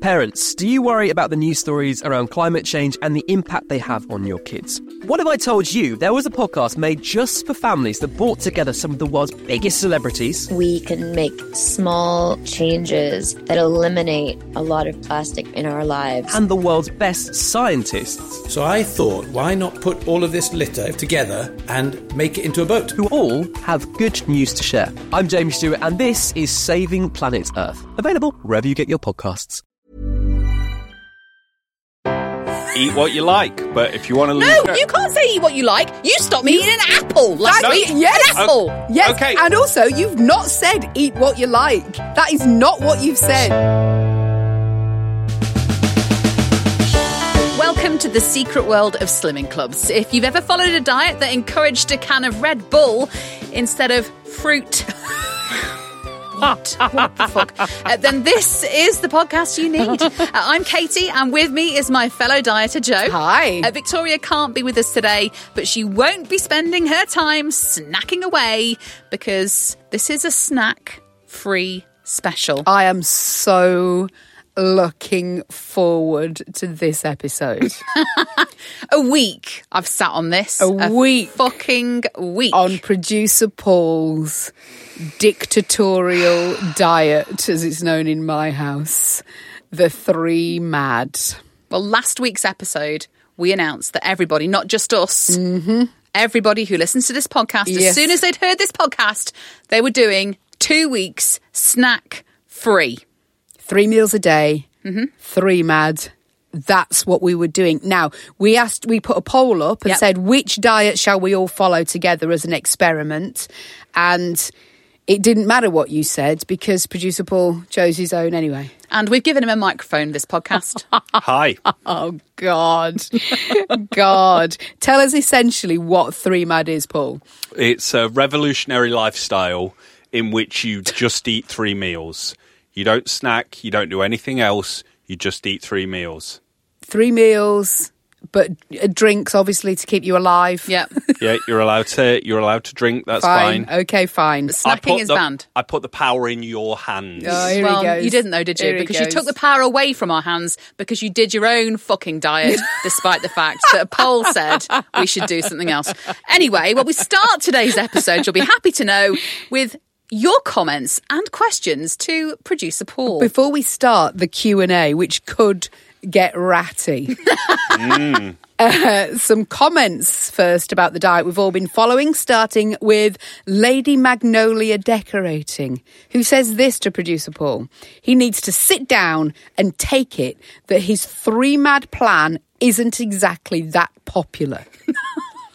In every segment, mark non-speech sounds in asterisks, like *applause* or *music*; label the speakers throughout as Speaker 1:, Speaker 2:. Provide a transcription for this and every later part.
Speaker 1: Parents, do you worry about the news stories around climate change and the impact they have on your kids? What if I told you there was a podcast made just for families that brought together some of the world's biggest celebrities?
Speaker 2: we can make small changes that eliminate a lot of plastic in our lives.
Speaker 1: And the world's best scientists,
Speaker 3: So I thought, why not put all of this litter together and make it into a boat?
Speaker 1: who all have good news to share. I'm James Stewart, and this is Saving Planet Earth, available wherever you get your podcasts.
Speaker 4: Eat what you like, but if you want to lose
Speaker 5: No,
Speaker 4: weight-
Speaker 5: you can't say eat what you like. You stopped me eating an apple last
Speaker 4: No.
Speaker 5: week.
Speaker 6: Yes. uh,
Speaker 5: An apple.
Speaker 6: Yes,
Speaker 4: Okay.
Speaker 6: and also you've not said eat what you like. That is not what you've said.
Speaker 5: Welcome to the secret world of slimming clubs. If you've ever followed a diet that encouraged a can of Red Bull instead of fruit. *laughs* What? *laughs* What the
Speaker 6: *laughs*
Speaker 5: fuck? Uh, then this is the podcast you need. Uh, I'm Katie, and with me is my fellow dieter Joe.
Speaker 6: Hi.
Speaker 5: Uh, Victoria can't be with us today, but she won't be spending her time snacking away because this is a snack-free special.
Speaker 6: I am so looking forward to this episode.
Speaker 5: A week I've sat on this. A,
Speaker 6: week.
Speaker 5: fucking week.
Speaker 6: on producer Paul's dictatorial diet, as it's known in my house, the three mad.
Speaker 5: Well, last week's episode, we announced that everybody, not just us, everybody who listens to this podcast, as
Speaker 6: Yes.
Speaker 5: soon as they'd heard this podcast, they were doing two weeks snack free.
Speaker 6: three meals a day, three mad. That's what we were doing. Now, we asked, we put a poll up and
Speaker 5: Yep.
Speaker 6: said, which diet shall we all follow together as an experiment? And it didn't matter what you said because producer Paul chose his own anyway.
Speaker 5: And we've given him a microphone this podcast.
Speaker 4: Hi.
Speaker 6: Oh, God. God. Tell us essentially what three mad is, Paul.
Speaker 4: It's a revolutionary lifestyle in which you just eat three meals. You don't snack, you don't do anything else, you just eat three meals.
Speaker 6: Three meals, but uh, drinks, obviously, to keep you alive.
Speaker 5: yeah.
Speaker 4: Yeah, you're allowed to you're allowed to drink, that's fine.
Speaker 6: Fine. Okay, fine.
Speaker 4: I
Speaker 5: Uh, Snacking
Speaker 4: put
Speaker 5: is
Speaker 4: the-
Speaker 5: banned.
Speaker 4: I put the power in your hands.
Speaker 6: Oh, here he
Speaker 5: well,
Speaker 6: goes.
Speaker 5: you didn't though, did you?
Speaker 6: Here he
Speaker 5: Because you
Speaker 6: goes.
Speaker 5: took the power away from our hands because you did your own fucking
Speaker 6: *laughs*
Speaker 5: diet, despite the fact that a poll said we should do something else. Anyway, well, we start today's episode, you'll be happy to know, with your comments and questions to producer Paul.
Speaker 6: Before we start the Q and A, which could get ratty, uh, some comments first about the diet we've all been following. Starting with Lady Magnolia Decorating, who says this to producer Paul: He needs to sit down and take it that his three mad plan isn't exactly that popular.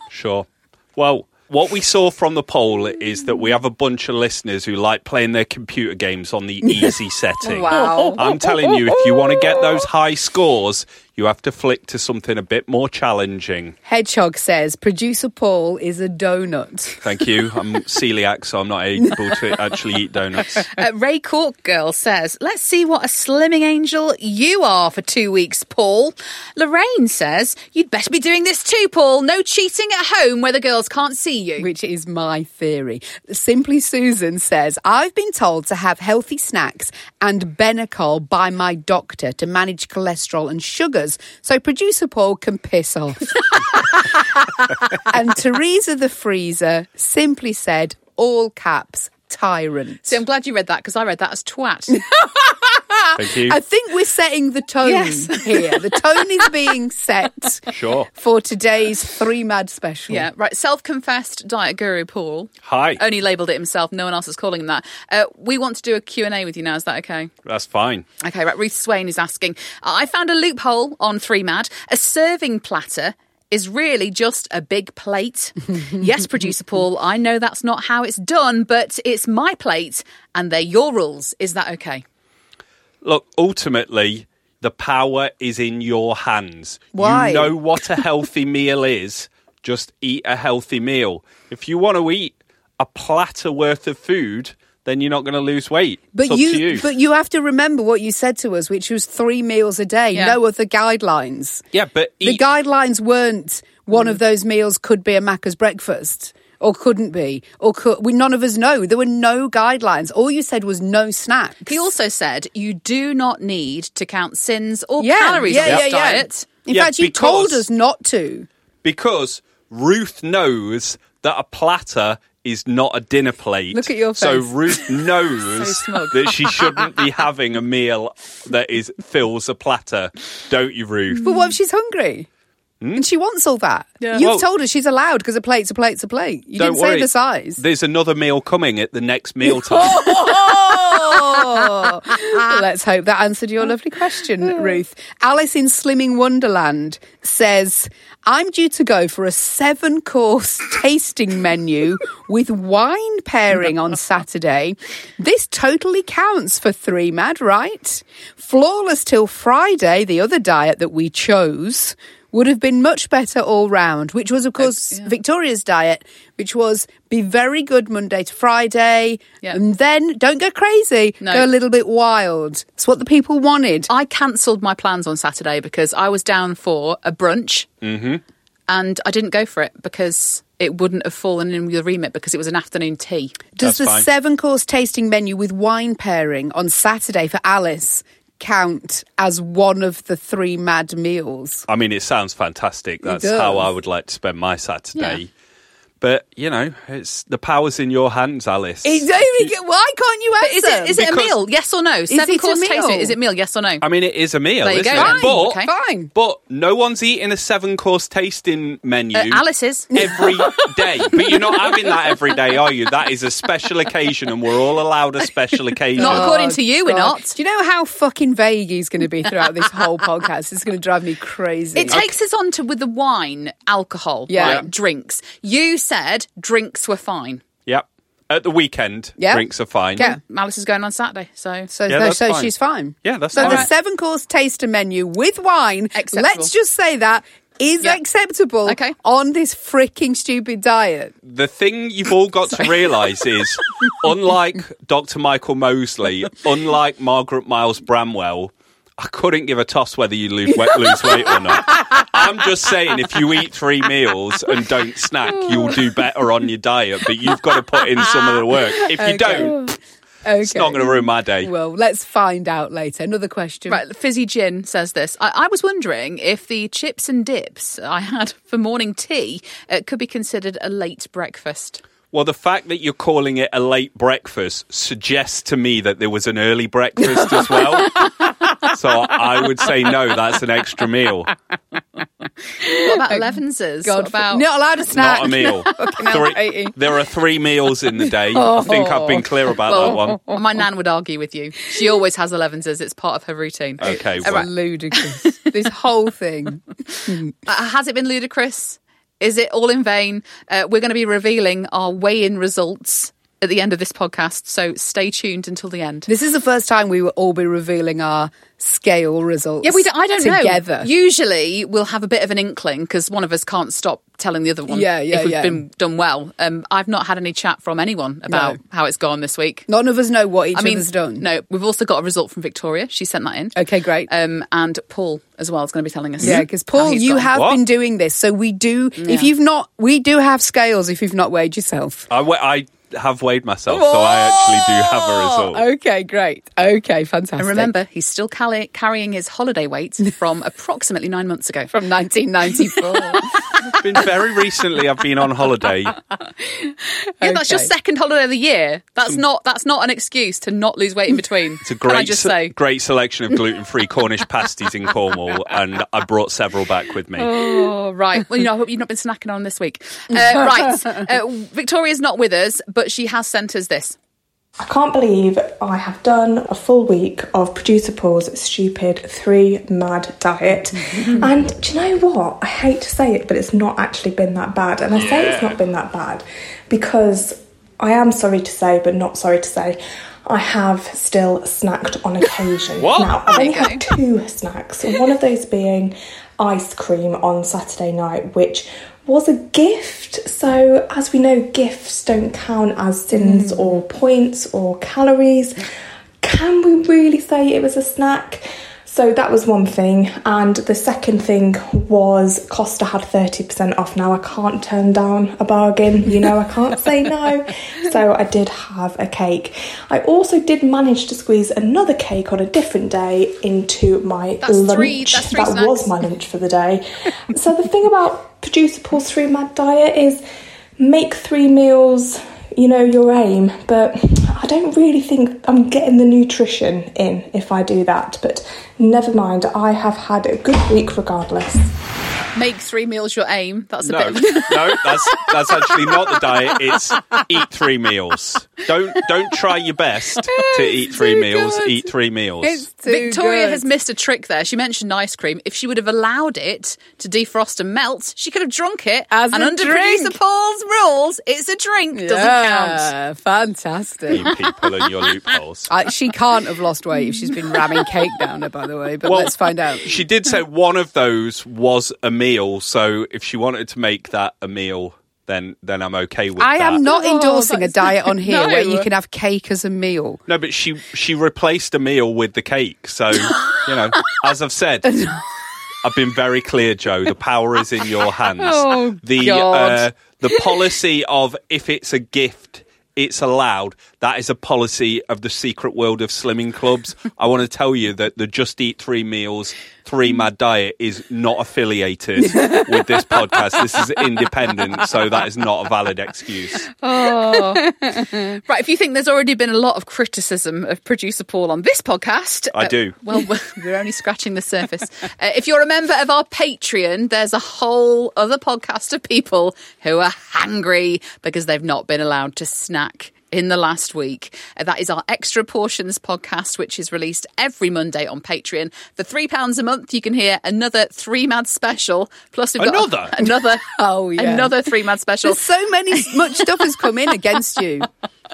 Speaker 4: Sure. Well, what we saw from the poll is that we have a bunch of listeners who like playing their computer games on the
Speaker 6: *laughs*
Speaker 4: easy setting.
Speaker 6: Wow.
Speaker 4: I'm telling you, if you want to get those high scores, you have to flick to something a bit more challenging.
Speaker 6: Hedgehog says producer Paul is a donut.
Speaker 4: Thank you. I'm *laughs* celiac, so I'm not able to actually eat donuts.
Speaker 5: Uh, Ray Cork Girl says, Let's see what a slimming angel you are for two weeks, Paul. Lorraine says, You'd better be doing this too, Paul. No cheating at home where the girls can't see you.
Speaker 6: which is my theory. Simply Susan says, I've been told to have healthy snacks and Benecol by my doctor to manage cholesterol and sugars, so producer Paul can
Speaker 5: *laughs*
Speaker 6: piss off. and Teresa the Freezer simply said, all caps, tyrant.
Speaker 5: So I'm glad you read that because I read that as
Speaker 6: *laughs*
Speaker 5: twat.
Speaker 4: Thank you.
Speaker 6: I think we're setting the tone
Speaker 5: Yes.
Speaker 6: here. The
Speaker 5: *laughs*
Speaker 6: tone is being set
Speaker 4: Sure.
Speaker 6: for today's Three Mad special.
Speaker 5: yeah, right. Self confessed diet guru Paul.
Speaker 4: Hi.
Speaker 5: Only labelled it himself. No one else is calling him that. Uh, we want to do a Q&A with you now. Is that okay?
Speaker 4: That's fine.
Speaker 5: Okay, right. Ruth Swain is asking I found a loophole on Three Mad. A serving platter is really just a big
Speaker 6: *laughs*
Speaker 5: plate. yes, producer Paul, I know that's not how it's done, but it's my plate and they're your rules. Is that okay?
Speaker 4: Look, ultimately, the power is in your hands.
Speaker 6: Why?
Speaker 4: You know what a healthy meal is. Just eat a healthy meal. If you want to eat a platter worth of food, then you're not going to lose weight.
Speaker 6: But
Speaker 4: it's up
Speaker 6: you,
Speaker 4: to you.
Speaker 6: but you have to remember what you said to us, which was three meals a day,
Speaker 5: Yeah.
Speaker 6: no other guidelines.
Speaker 4: yeah, but
Speaker 6: The
Speaker 4: eat.
Speaker 5: Mm.
Speaker 6: guidelines weren't one of those meals could be a Macca's breakfast. or couldn't be, or could, we, none of us know. There were no guidelines. All you said was no snacks.
Speaker 5: He also said you do not need to count sins or
Speaker 6: yeah,
Speaker 5: calories
Speaker 6: yeah,
Speaker 5: on
Speaker 6: yeah,
Speaker 5: this
Speaker 6: yeah.
Speaker 5: diet.
Speaker 6: In
Speaker 4: Yeah,
Speaker 6: fact, you
Speaker 4: because-
Speaker 6: told us not to.
Speaker 4: because Ruth knows that a platter is not a dinner plate.
Speaker 6: Look at your
Speaker 4: So
Speaker 6: face. *laughs*
Speaker 4: Ruth knows
Speaker 5: smug.
Speaker 4: that she shouldn't be having a meal that is fills a platter, don't you, Ruth?
Speaker 6: But what if she's hungry? And she wants all that. You've
Speaker 4: Hmm. Well-
Speaker 6: told her she's allowed because a plate's a plate's a plate. You
Speaker 4: don't
Speaker 6: didn't
Speaker 4: worry.
Speaker 6: say the size.
Speaker 4: There's another meal coming at the next meal time. *laughs*
Speaker 6: Oh! *laughs* Let's hope that answered your
Speaker 5: *laughs*
Speaker 6: lovely question, Ruth. Alice in Slimming Wonderland says, I'm due to go for a seven course *laughs* tasting menu with wine pairing on Saturday. This totally counts for Three Mad, right? Flawless till Friday, the other diet that we chose. Would have been much better all round, which was, of course, Victoria's diet, which was be very good Monday to Friday,
Speaker 5: Yeah.
Speaker 6: and then don't go crazy.
Speaker 5: No.
Speaker 6: Go a little bit wild. It's what the people wanted.
Speaker 5: I cancelled my plans on Saturday because I was down for a brunch and I didn't go for it because it wouldn't have fallen in with the remit because it was an afternoon tea.
Speaker 4: That's
Speaker 6: Does the
Speaker 4: fine.
Speaker 6: seven course tasting menu with wine pairing on Saturday for Alice count as one of the three mad meals?
Speaker 4: I mean, it sounds fantastic. That's
Speaker 6: does.
Speaker 4: how I would like to spend my Saturday.
Speaker 5: Yeah.
Speaker 4: But you know, it's the power's in your hands, Alice.
Speaker 6: It's only- Why can't you
Speaker 5: But is
Speaker 6: answer?
Speaker 5: it, is it a
Speaker 4: Because-
Speaker 5: meal? Yes or no? Seven
Speaker 6: it a
Speaker 5: course
Speaker 6: meal?
Speaker 5: tasting. Is it meal? Yes or no?
Speaker 4: I mean, it is a meal.
Speaker 5: There you
Speaker 4: isn't
Speaker 5: go.
Speaker 4: it?
Speaker 5: Fine,
Speaker 4: But,
Speaker 5: okay.
Speaker 6: Fine.
Speaker 4: but no one's eating a seven-course tasting menu.
Speaker 5: Uh, Alice's.
Speaker 4: every day. But you're not having that every day, are you? That is a special occasion, and we're all allowed a special occasion.
Speaker 5: Not according
Speaker 6: Oh,
Speaker 5: to you, we're
Speaker 6: God.
Speaker 5: not.
Speaker 6: Do you know how fucking vague he's going to be throughout this
Speaker 5: *laughs*
Speaker 6: whole podcast? It's going to drive me crazy.
Speaker 5: It takes us on to with the wine, alcohol,
Speaker 6: Yeah.
Speaker 5: right, drinks. You said drinks were fine. Mm,
Speaker 4: Yep. At the weekend,
Speaker 6: Yeah.
Speaker 4: drinks are fine.
Speaker 6: Yeah.
Speaker 5: Alice is going on Saturday, so
Speaker 6: So,
Speaker 4: Yeah,
Speaker 6: no,
Speaker 4: that's
Speaker 6: so
Speaker 4: fine.
Speaker 6: she's fine.
Speaker 4: Yeah, that's
Speaker 6: so the
Speaker 4: fine.
Speaker 6: seven course taster menu with wine.
Speaker 5: Acceptable.
Speaker 6: Let's just say that is
Speaker 5: Yeah.
Speaker 6: acceptable
Speaker 5: Okay.
Speaker 6: on this freaking stupid diet.
Speaker 4: The thing you've all got to realise is, unlike Dr. Michael Mosley, unlike Margaret Miles Bramwell, I couldn't give a toss whether you lose, we- lose weight or not. I'm just saying, if you eat three meals and don't snack, you'll do better on your diet. But you've got to put in some of the work. If you don't,
Speaker 6: Okay.
Speaker 4: it's not going to ruin my day.
Speaker 6: Well, let's find out later. Another question.
Speaker 5: Right, Fizzy Gin says this. I, I was wondering if the chips and dips I had *laughs* for morning tea uh, could be considered a late breakfast.
Speaker 4: Well, the fact that you're calling it a late breakfast suggests to me that there was an early breakfast as well. so I would say no, that's an extra meal,
Speaker 5: What
Speaker 6: *laughs*
Speaker 5: about
Speaker 6: Oh,
Speaker 5: Levenses? what about
Speaker 6: not allowed to snack.
Speaker 4: not
Speaker 6: *laughs*
Speaker 4: a meal. Three-
Speaker 6: Katie.
Speaker 4: there are three meals in the day. I think I've been clear about that one.
Speaker 5: *laughs* My nan would argue with you. She always has Elevenses. It's part of her routine.
Speaker 4: Okay,
Speaker 6: It's
Speaker 4: well,
Speaker 5: *laughs*
Speaker 6: ludicrous. this whole thing.
Speaker 5: Uh, has it been ludicrous? Is it all in vain? Uh, we're going to be revealing our weigh-in results at the end of this podcast, so stay tuned until the end.
Speaker 6: This is the first time we will all be revealing our scale results.
Speaker 5: Yeah, we don't, I don't know.
Speaker 6: together.
Speaker 5: Usually, we'll have a bit of an inkling because one of us can't stop telling the other one.
Speaker 6: Yeah, yeah,
Speaker 5: If we've
Speaker 6: yeah.
Speaker 5: been done well, um, I've not had any chat from anyone about
Speaker 6: No.
Speaker 5: how it's gone this week.
Speaker 6: None of us know what each
Speaker 5: I mean,
Speaker 6: other's done.
Speaker 5: no, we've also got a result from Victoria. She sent that in.
Speaker 6: Okay, great.
Speaker 5: Um, and Paul as well is going to be telling us.
Speaker 6: Yeah, because
Speaker 5: how
Speaker 6: Paul,
Speaker 5: he's
Speaker 6: you
Speaker 5: gone.
Speaker 6: have
Speaker 4: What?
Speaker 6: been doing this, so we do. If you've not, we do have scales. If you've not weighed yourself,
Speaker 4: I, we- I have weighed myself, so I actually do have a result.
Speaker 6: okay, great, okay, fantastic.
Speaker 5: And remember, he's still cali- carrying his holiday weight
Speaker 4: *laughs*
Speaker 5: from approximately nine months ago.
Speaker 6: from 1994.
Speaker 4: It's been very recently I've been on holiday.
Speaker 5: *laughs* Yeah, that's your
Speaker 6: Okay.
Speaker 5: second holiday of the year. That's not that's not an excuse to not lose weight in between.
Speaker 4: It's a great,
Speaker 5: Can I just
Speaker 4: se-
Speaker 5: say?
Speaker 4: great selection of gluten-free Cornish pasties in Cornwall, and I brought several back with me.
Speaker 5: Oh, right. Well, you know, I hope you've not been snacking on
Speaker 4: *laughs*
Speaker 5: this week. Uh, right. Uh, Victoria's not with us, but she has sent us this.
Speaker 7: I can't believe I have done a full week of Producer Paul's stupid three mad diet. and do you know what? I hate to say it, but it's not actually been that bad. And I say it's not been that bad because I am sorry to say, but not sorry to say, I have still snacked on occasion.
Speaker 4: What?
Speaker 7: Now, I've only
Speaker 5: Okay.
Speaker 7: had two snacks, one of those being ice cream on Saturday night, which was a gift. So, as we know, gifts don't count as sins or points or calories. Can we really say it was a snack? So that was one thing. And the second thing was Costa had 30% off. Now I can't turn down a bargain, you know, I
Speaker 5: *laughs*
Speaker 7: can't say no. So I did have a cake. I also did manage to squeeze another cake on a different day into my
Speaker 5: That's
Speaker 7: lunch.
Speaker 5: three- that's three
Speaker 7: that
Speaker 5: snacks.
Speaker 7: was my lunch for the day. so the thing about producer Paul's three mad diet is make three meals, you know, your aim. But I don't really think I'm getting the nutrition in if I do that. But never mind, I have had a good week regardless.
Speaker 5: Make three meals your aim. That's a
Speaker 4: No,
Speaker 5: bit of
Speaker 4: no, that's that's actually not the diet. It's eat three meals. Don't don't try your best to eat three
Speaker 6: too
Speaker 4: meals.
Speaker 6: good.
Speaker 4: Eat three meals.
Speaker 6: It's too
Speaker 5: Victoria
Speaker 6: good.
Speaker 5: has missed a trick there. She mentioned ice cream. If she would have allowed it to defrost and melt, she could have drunk it.
Speaker 6: As
Speaker 5: and
Speaker 6: a
Speaker 5: under
Speaker 6: drink.
Speaker 5: producer Paul's rules, it's a drink. Doesn't count.
Speaker 6: Yeah, Fantastic.
Speaker 4: you people and your loopholes.
Speaker 6: I, she can't have lost weight if she's been ramming cake down her, by the way. But
Speaker 4: Well,
Speaker 6: let's find out.
Speaker 4: Um, She did say one of those was a meal, so if she wanted to make that a meal, then then I'm okay with
Speaker 6: I
Speaker 4: that.
Speaker 6: am not
Speaker 5: Oh,
Speaker 6: endorsing a
Speaker 5: that's-
Speaker 6: diet on *laughs* here
Speaker 5: No.
Speaker 6: where you can have cake as a meal.
Speaker 4: No, but she she replaced a meal with the cake. So, you know, as I've said, I've been very clear, Joe. The power is in your hands.
Speaker 6: *laughs* Oh,
Speaker 4: the
Speaker 6: God.
Speaker 4: Uh, the policy of if it's a gift, it's allowed. That is a policy of the secret world of slimming clubs. I want to tell you that the Just Eat Three Meals Three Mad Diet is not affiliated with this podcast. This is independent, so that is not a valid excuse.
Speaker 5: Right, if you think there's already been a lot of criticism of producer Paul on this podcast,
Speaker 4: I
Speaker 5: uh,
Speaker 4: do.
Speaker 5: Well, *laughs* we're- we're only scratching the surface. uh, if you're a member of our Patreon, there's a whole other podcast of people who are hangry because they've not been allowed to snack. In the last week. Uh, That is our Extra Portions podcast, which is released every Monday on Patreon. For £3 a month, you can hear another Three Mad special. Plus, we've got
Speaker 4: Another?
Speaker 5: another,
Speaker 6: *laughs* Oh, yeah.
Speaker 5: another Three Mad special.
Speaker 6: There's so many much stuff has come in against you.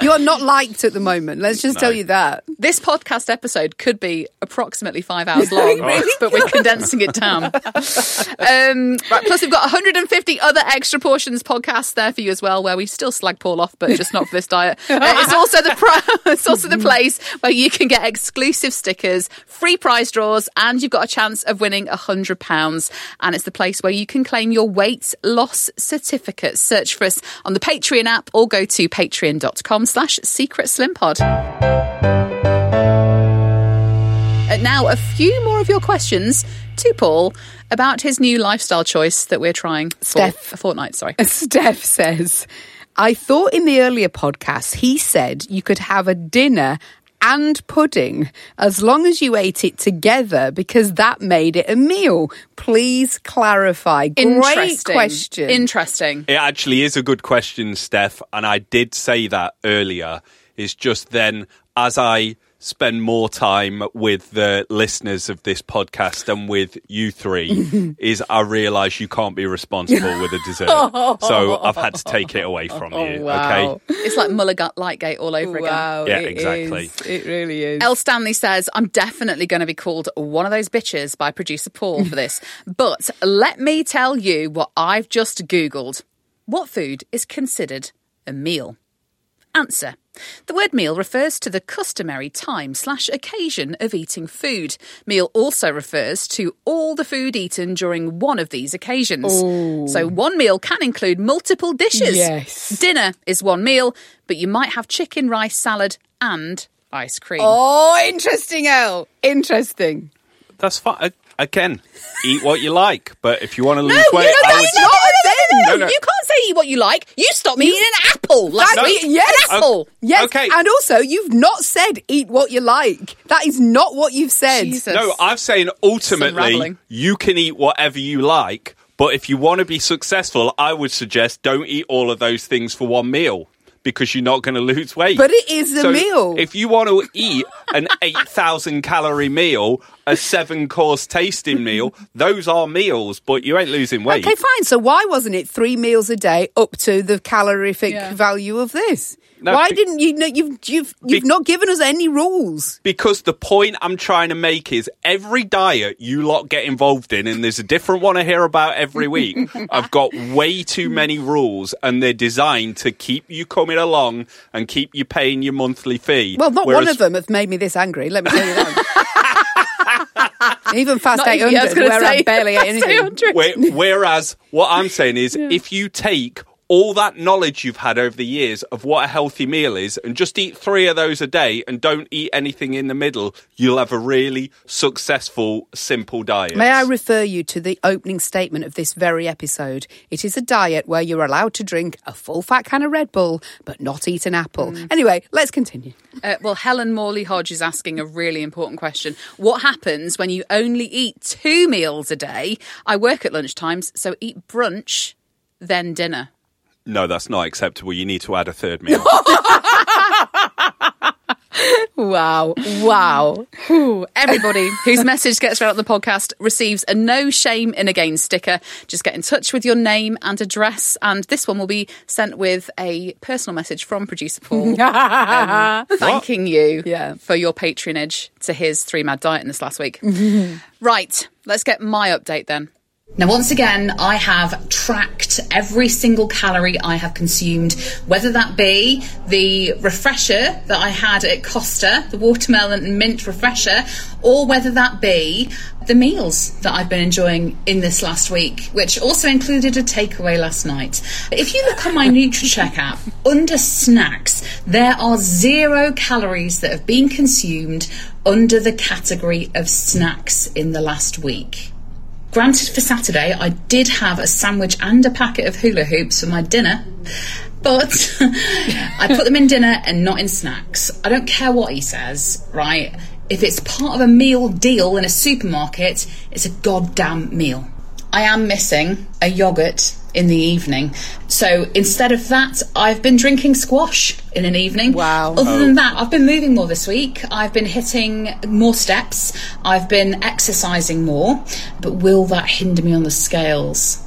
Speaker 6: You are not liked at the moment. Let's just tell you that.
Speaker 5: This podcast episode could be approximately five hours long, but we're condensing it down. um, right, plus, we've got 150 other extra portions podcasts there for you as well, where we still slag Paul off, but just not for this diet. Uh, it's also the pri- *laughs* it's also the place where you can get exclusive stickers, free prize draws, and you've got a chance of winning hundred pounds. And it's the place where you can claim your weight loss certificate. Search for us on the Patreon app, or go to patreon.com/slash secret slim pod. Uh, Now, a few more of your questions to Paul about his new lifestyle choice that we're trying for
Speaker 6: Steph.
Speaker 5: a fortnight. Sorry.
Speaker 6: Steph says, I thought in the earlier podcast he said you could have a dinner and pudding as long as you ate it together because that made it a meal. Please clarify. Great
Speaker 5: Interesting.
Speaker 6: question.
Speaker 5: Interesting.
Speaker 4: It actually is a good question, Steph, and I did say that earlier. It's just then as I spend more time with the listeners of this podcast and with you three, is I realise you can't be responsible with a dessert. so I've had to take it away from you.
Speaker 6: wow.
Speaker 4: Okay.
Speaker 5: It's like Mulligat Lightgate all over again.
Speaker 6: Wow,
Speaker 4: Yeah,
Speaker 6: it
Speaker 4: exactly.
Speaker 6: is. It really is.
Speaker 5: El Stanley says, I'm definitely going to be called one of those bitches by producer Paul for
Speaker 6: *laughs*
Speaker 5: this. but let me tell you what I've just Googled. What food is considered a meal? Answer. The word meal refers to the customary time slash occasion of eating food. Meal also refers to all the food eaten during one of these occasions. So one meal can include multiple dishes.
Speaker 6: Yes.
Speaker 5: Dinner is one meal, but you might have chicken, rice, salad, and ice cream.
Speaker 6: Oh, interesting, El. Interesting.
Speaker 4: That's fine. Again, eat what you like, but if you want to lose
Speaker 5: No,
Speaker 4: weight,
Speaker 5: you know,
Speaker 4: I
Speaker 5: that's
Speaker 4: would-
Speaker 5: not no, no,
Speaker 4: No, no.
Speaker 5: You can't say eat what you like. You stopped me eating an apple last
Speaker 4: No.
Speaker 5: week.
Speaker 6: yes.
Speaker 5: An apple.
Speaker 6: Yes.
Speaker 4: Okay.
Speaker 6: And also, you've not said eat what you like. That is not what you've said.
Speaker 5: Jesus.
Speaker 4: No, I'm saying ultimately
Speaker 5: unraveling.
Speaker 4: you can eat whatever you like, but if you want to be successful, I would suggest don't eat all of those things for one meal because you're not going to *laughs* lose weight.
Speaker 6: But it is a
Speaker 4: So
Speaker 6: meal.
Speaker 4: If you want to eat
Speaker 6: *laughs*
Speaker 4: an 8,000 calorie meal, a seven course tasting meal, those are meals, but you ain't losing weight.
Speaker 6: Okay, fine. So why wasn't it three meals a day up to the calorific
Speaker 5: Yeah.
Speaker 6: value of this?
Speaker 4: No,
Speaker 6: why
Speaker 4: be-
Speaker 6: didn't you? No, you've you've you've
Speaker 4: Be-
Speaker 6: not given us any rules.
Speaker 4: Because the point I'm trying to make is every diet you lot get involved in, and there's a different one I hear about every
Speaker 6: *laughs*
Speaker 4: week. I've got way too many rules, and they're designed to keep you coming along and keep you paying your monthly fee.
Speaker 6: Well, not one
Speaker 4: Whereas- *laughs*
Speaker 6: of them have made me this angry. Let me tell you that. Even fast
Speaker 5: Not even-
Speaker 6: 800,
Speaker 5: yeah, I was gonna
Speaker 6: where I
Speaker 5: say,
Speaker 6: barely
Speaker 5: *laughs*
Speaker 6: ate
Speaker 5: fast
Speaker 6: anything.
Speaker 5: 800.
Speaker 6: *laughs*
Speaker 4: Whe- Whereas what I'm saying is, if you take all that knowledge you've had over the years of what a healthy meal is and just eat three of those a day and don't eat anything in the middle, you'll have a really successful, simple diet.
Speaker 6: May I refer you to the opening statement of this very episode? It is a diet where you're allowed to drink a full fat can of Red Bull, but not eat an apple.
Speaker 8: Mm.
Speaker 6: Anyway, let's continue.
Speaker 5: Uh, well, Helen Morley Hodge is asking a really important question. What happens when you only eat two meals a day? I work at lunchtimes, so eat brunch, then dinner.
Speaker 4: no, that's not acceptable. You need to add a
Speaker 8: *laughs*
Speaker 4: third meal.
Speaker 6: Wow. Wow.
Speaker 5: Ooh, everybody whose message gets read on the podcast receives a no shame in again sticker. Just get in touch with your name and address, and this one will be sent with a personal message from producer Paul um, thanking you
Speaker 6: Yeah.
Speaker 5: for your patronage to his three mad diet in this last week. right, let's get my update then. Now, once again, I have tracked every single calorie I have consumed, whether that be the refresher that I had at Costa, the watermelon and mint refresher, or whether that be the meals that I've been enjoying in this last week, which also included a takeaway last night. If you look on my NutriCheck app, under snacks, there are zero calories that have been consumed under the category of snacks in the last week. Granted, for Saturday, I did have a sandwich and a packet of hula hoops for my dinner, but *laughs* I put them in dinner and not in snacks. I don't care what he says, right? If it's part of a meal deal in a supermarket, it's a goddamn meal. I am missing a yogurt in the evening. So instead of that, I've been drinking squash in an evening.
Speaker 6: Wow.
Speaker 5: Other than that, I've been moving more this week. I've been hitting more steps. I've been exercising more. But will that hinder me on the scales?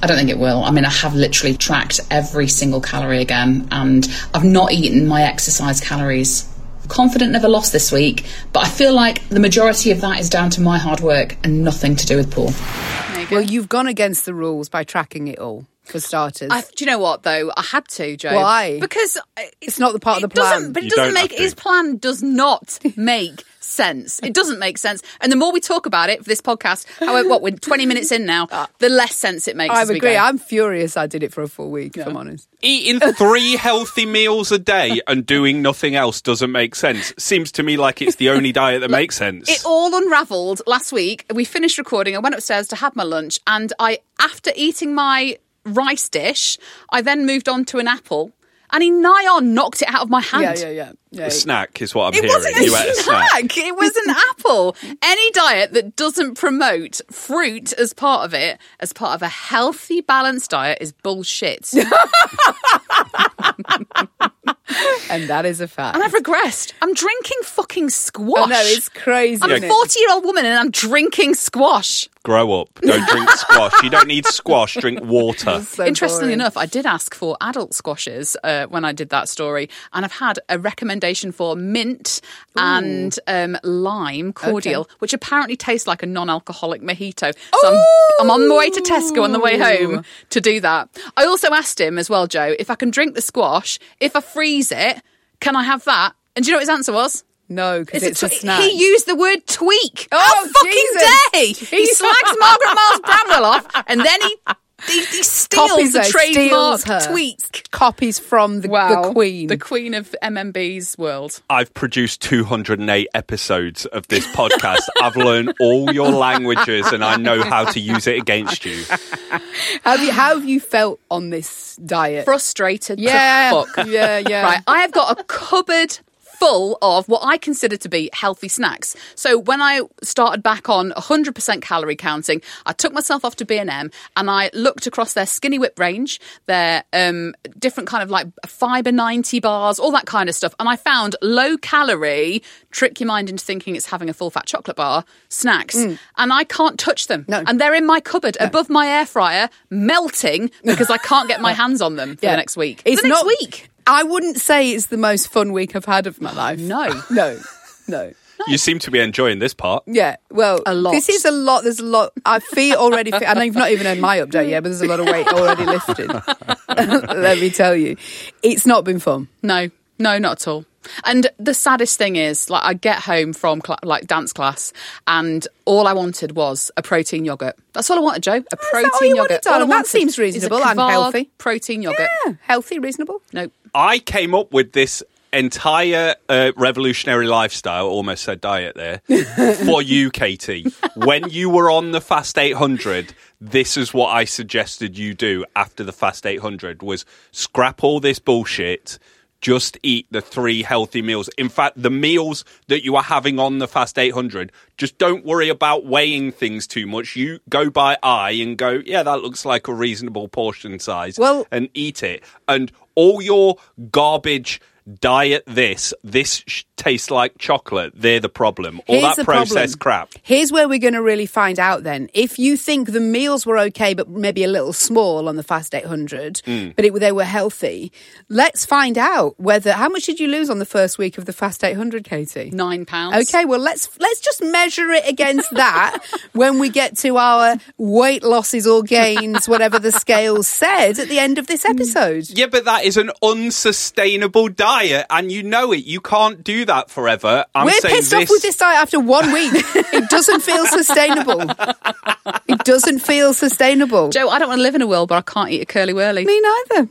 Speaker 5: I don't think it will. I mean, I have literally tracked every single calorie again, and I've not eaten my exercise calories. Confident of a loss this week, but I feel like the majority of that is down to my hard work and nothing to do with Paul.
Speaker 6: *laughs* Well, you've gone against the rules by tracking it all, for starters.
Speaker 8: I, do you know what though? I had to, Joe.
Speaker 6: Why?
Speaker 8: Because I-
Speaker 6: It's not the part of
Speaker 8: it
Speaker 6: the plan.
Speaker 8: Doesn't, but it
Speaker 4: You
Speaker 8: doesn't
Speaker 4: don't
Speaker 8: make
Speaker 4: have to.
Speaker 8: his plan does not make sense. It doesn't make sense. And the more we talk about it for this podcast, however, what we're twenty minutes in
Speaker 6: *laughs*
Speaker 8: now, the less sense it makes.
Speaker 6: Ah. I
Speaker 8: as we
Speaker 6: agree.
Speaker 8: go.
Speaker 6: I'm furious I did it for a full week, if I'm honest.
Speaker 4: Eating three healthy meals a day and doing nothing else doesn't make sense. Seems to me like it's
Speaker 8: *laughs*
Speaker 4: the only diet that makes sense.
Speaker 8: It all unravelled last week. We finished recording. I went upstairs to have my lunch, and I, after eating my rice dish, I then moved on to an apple, and he nigh on knocked it out of my hand.
Speaker 6: Yeah, yeah, yeah. yeah.
Speaker 4: a snack is what
Speaker 8: It
Speaker 4: I'm hearing.
Speaker 8: wasn't a
Speaker 4: you ate a snack.
Speaker 8: snack. It was an *laughs* apple. Any diet that doesn't promote fruit as part of it, as part of a healthy, balanced diet, is
Speaker 6: *laughs*
Speaker 8: bullshit. and
Speaker 6: And that is a fact.
Speaker 8: I've regressed. I'm drinking fucking squash.
Speaker 6: I know, it's crazy.
Speaker 8: I'm
Speaker 6: isn't
Speaker 8: a
Speaker 6: it?
Speaker 8: 40 year old woman and I'm drinking squash. *laughs*
Speaker 4: Grow up. Don't drink squash. You don't need squash. Drink water.
Speaker 6: So
Speaker 8: Interestingly
Speaker 6: boring.
Speaker 8: enough, I did ask for adult squashes uh, when I did that story, and I've had a recommendation for mint and um, lime cordial, which apparently tastes like a non-alcoholic mojito. So I'm, I'm on my way to Tesco on the way home to do that. I also asked him as well, Joe, if I can drink the squash. If I freeze it, can I have that? And do you know what his answer was?
Speaker 6: No, because it's, a,
Speaker 8: twe-
Speaker 6: snack.
Speaker 8: He used the word tweak. Oh,
Speaker 6: Oh,
Speaker 8: fucking
Speaker 6: Jesus.
Speaker 8: day! He
Speaker 6: Jesus.
Speaker 8: slags Margaret Miles Bramwell off, and then he he, he steals
Speaker 6: *laughs* Copies
Speaker 8: the
Speaker 6: her,
Speaker 8: trademark
Speaker 6: steals her.
Speaker 8: tweak.
Speaker 6: copies from the, the Queen.
Speaker 8: the queen of MMB's world.
Speaker 4: *laughs* I've produced 208 episodes of this podcast. I've learned all your languages and I know how to use it against you.
Speaker 6: Have you, how have you felt on this diet?
Speaker 8: Frustrated. to
Speaker 6: yeah,
Speaker 8: fuck.
Speaker 6: yeah, yeah.
Speaker 8: Right, I have got a cupboard full of what I consider to be healthy snacks. So when I started back on 100% calorie counting, I took myself off to B&M and I looked across their Skinny Whip range, their um, different kind of like fiber 90 bars, all that kind of stuff, and I found low calorie, trick your mind into thinking it's having a full fat chocolate bar, snacks, and I can't touch them.
Speaker 6: Mm. No.
Speaker 8: And they're in my cupboard above my air fryer, melting because I can't
Speaker 6: *laughs*
Speaker 8: get my hands on them for the next week.
Speaker 6: It's
Speaker 8: the next
Speaker 6: not-
Speaker 8: week.
Speaker 6: I wouldn't say it's the most fun week I've had of my life.
Speaker 8: no.
Speaker 6: *laughs* no, no.
Speaker 4: You seem to be enjoying this part.
Speaker 6: Yeah, well,
Speaker 8: A lot.
Speaker 6: This is a lot. There's a lot. I feel already. Feel, and you've not even had my update yet, but there's a lot of weight already *laughs* lifted. Let me tell you, it's not been fun.
Speaker 8: No, no, not at all.
Speaker 5: And the saddest thing is, like, I get home from cla like dance class, and all I wanted was a protein yogurt. That's all I wanted, Joe. A
Speaker 9: Oh, all
Speaker 5: protein
Speaker 9: you wanted,
Speaker 5: yogurt.
Speaker 9: darling?
Speaker 5: all I
Speaker 9: That
Speaker 5: wanted
Speaker 9: seems
Speaker 5: is
Speaker 9: reasonable
Speaker 5: a
Speaker 9: and
Speaker 5: Kvarg
Speaker 9: healthy.
Speaker 5: Protein yogurt.
Speaker 9: Yeah, healthy, reasonable.
Speaker 5: No,
Speaker 4: I came up with this entire uh, revolutionary lifestyle, almost said diet there, for you, Katie. When you were on the Fast 800, this is what I suggested you do after the Fast 800 was scrap all this bullshit. Just eat the three healthy meals. In fact, the meals that you are having on the Fast 800, just don't worry about weighing things too much. You go by eye and go, yeah, that looks like a reasonable portion size
Speaker 9: Well-
Speaker 4: and eat it. And all your garbage diet this, this sh- tastes like chocolate. They're the problem. All
Speaker 9: Here's
Speaker 4: that
Speaker 9: the problem.
Speaker 4: processed crap.
Speaker 9: Here's where we're going to really find out then. If you think the meals were okay, but maybe a little small on the Fast 800,
Speaker 4: Mm.
Speaker 9: but it, they were healthy, let's find out whether how much did you lose on the first week of the Fast 800, Katie?
Speaker 5: nine pounds.
Speaker 9: Okay, well let's let's just measure it against
Speaker 5: *laughs*
Speaker 9: that when we get to our weight losses or gains, whatever the scale said at the end of this
Speaker 5: Mm.
Speaker 9: episode.
Speaker 4: Yeah, but that is an unsustainable diet, and you know it. You can't do that forever. I'm
Speaker 9: We're
Speaker 4: saying
Speaker 9: pissed
Speaker 4: this.
Speaker 9: off with this diet after one week. it doesn't
Speaker 4: *laughs*
Speaker 9: feel sustainable. It doesn't feel sustainable.
Speaker 5: Joe, I don't want to live in a world where I can't eat a curly whirly.
Speaker 9: Me neither.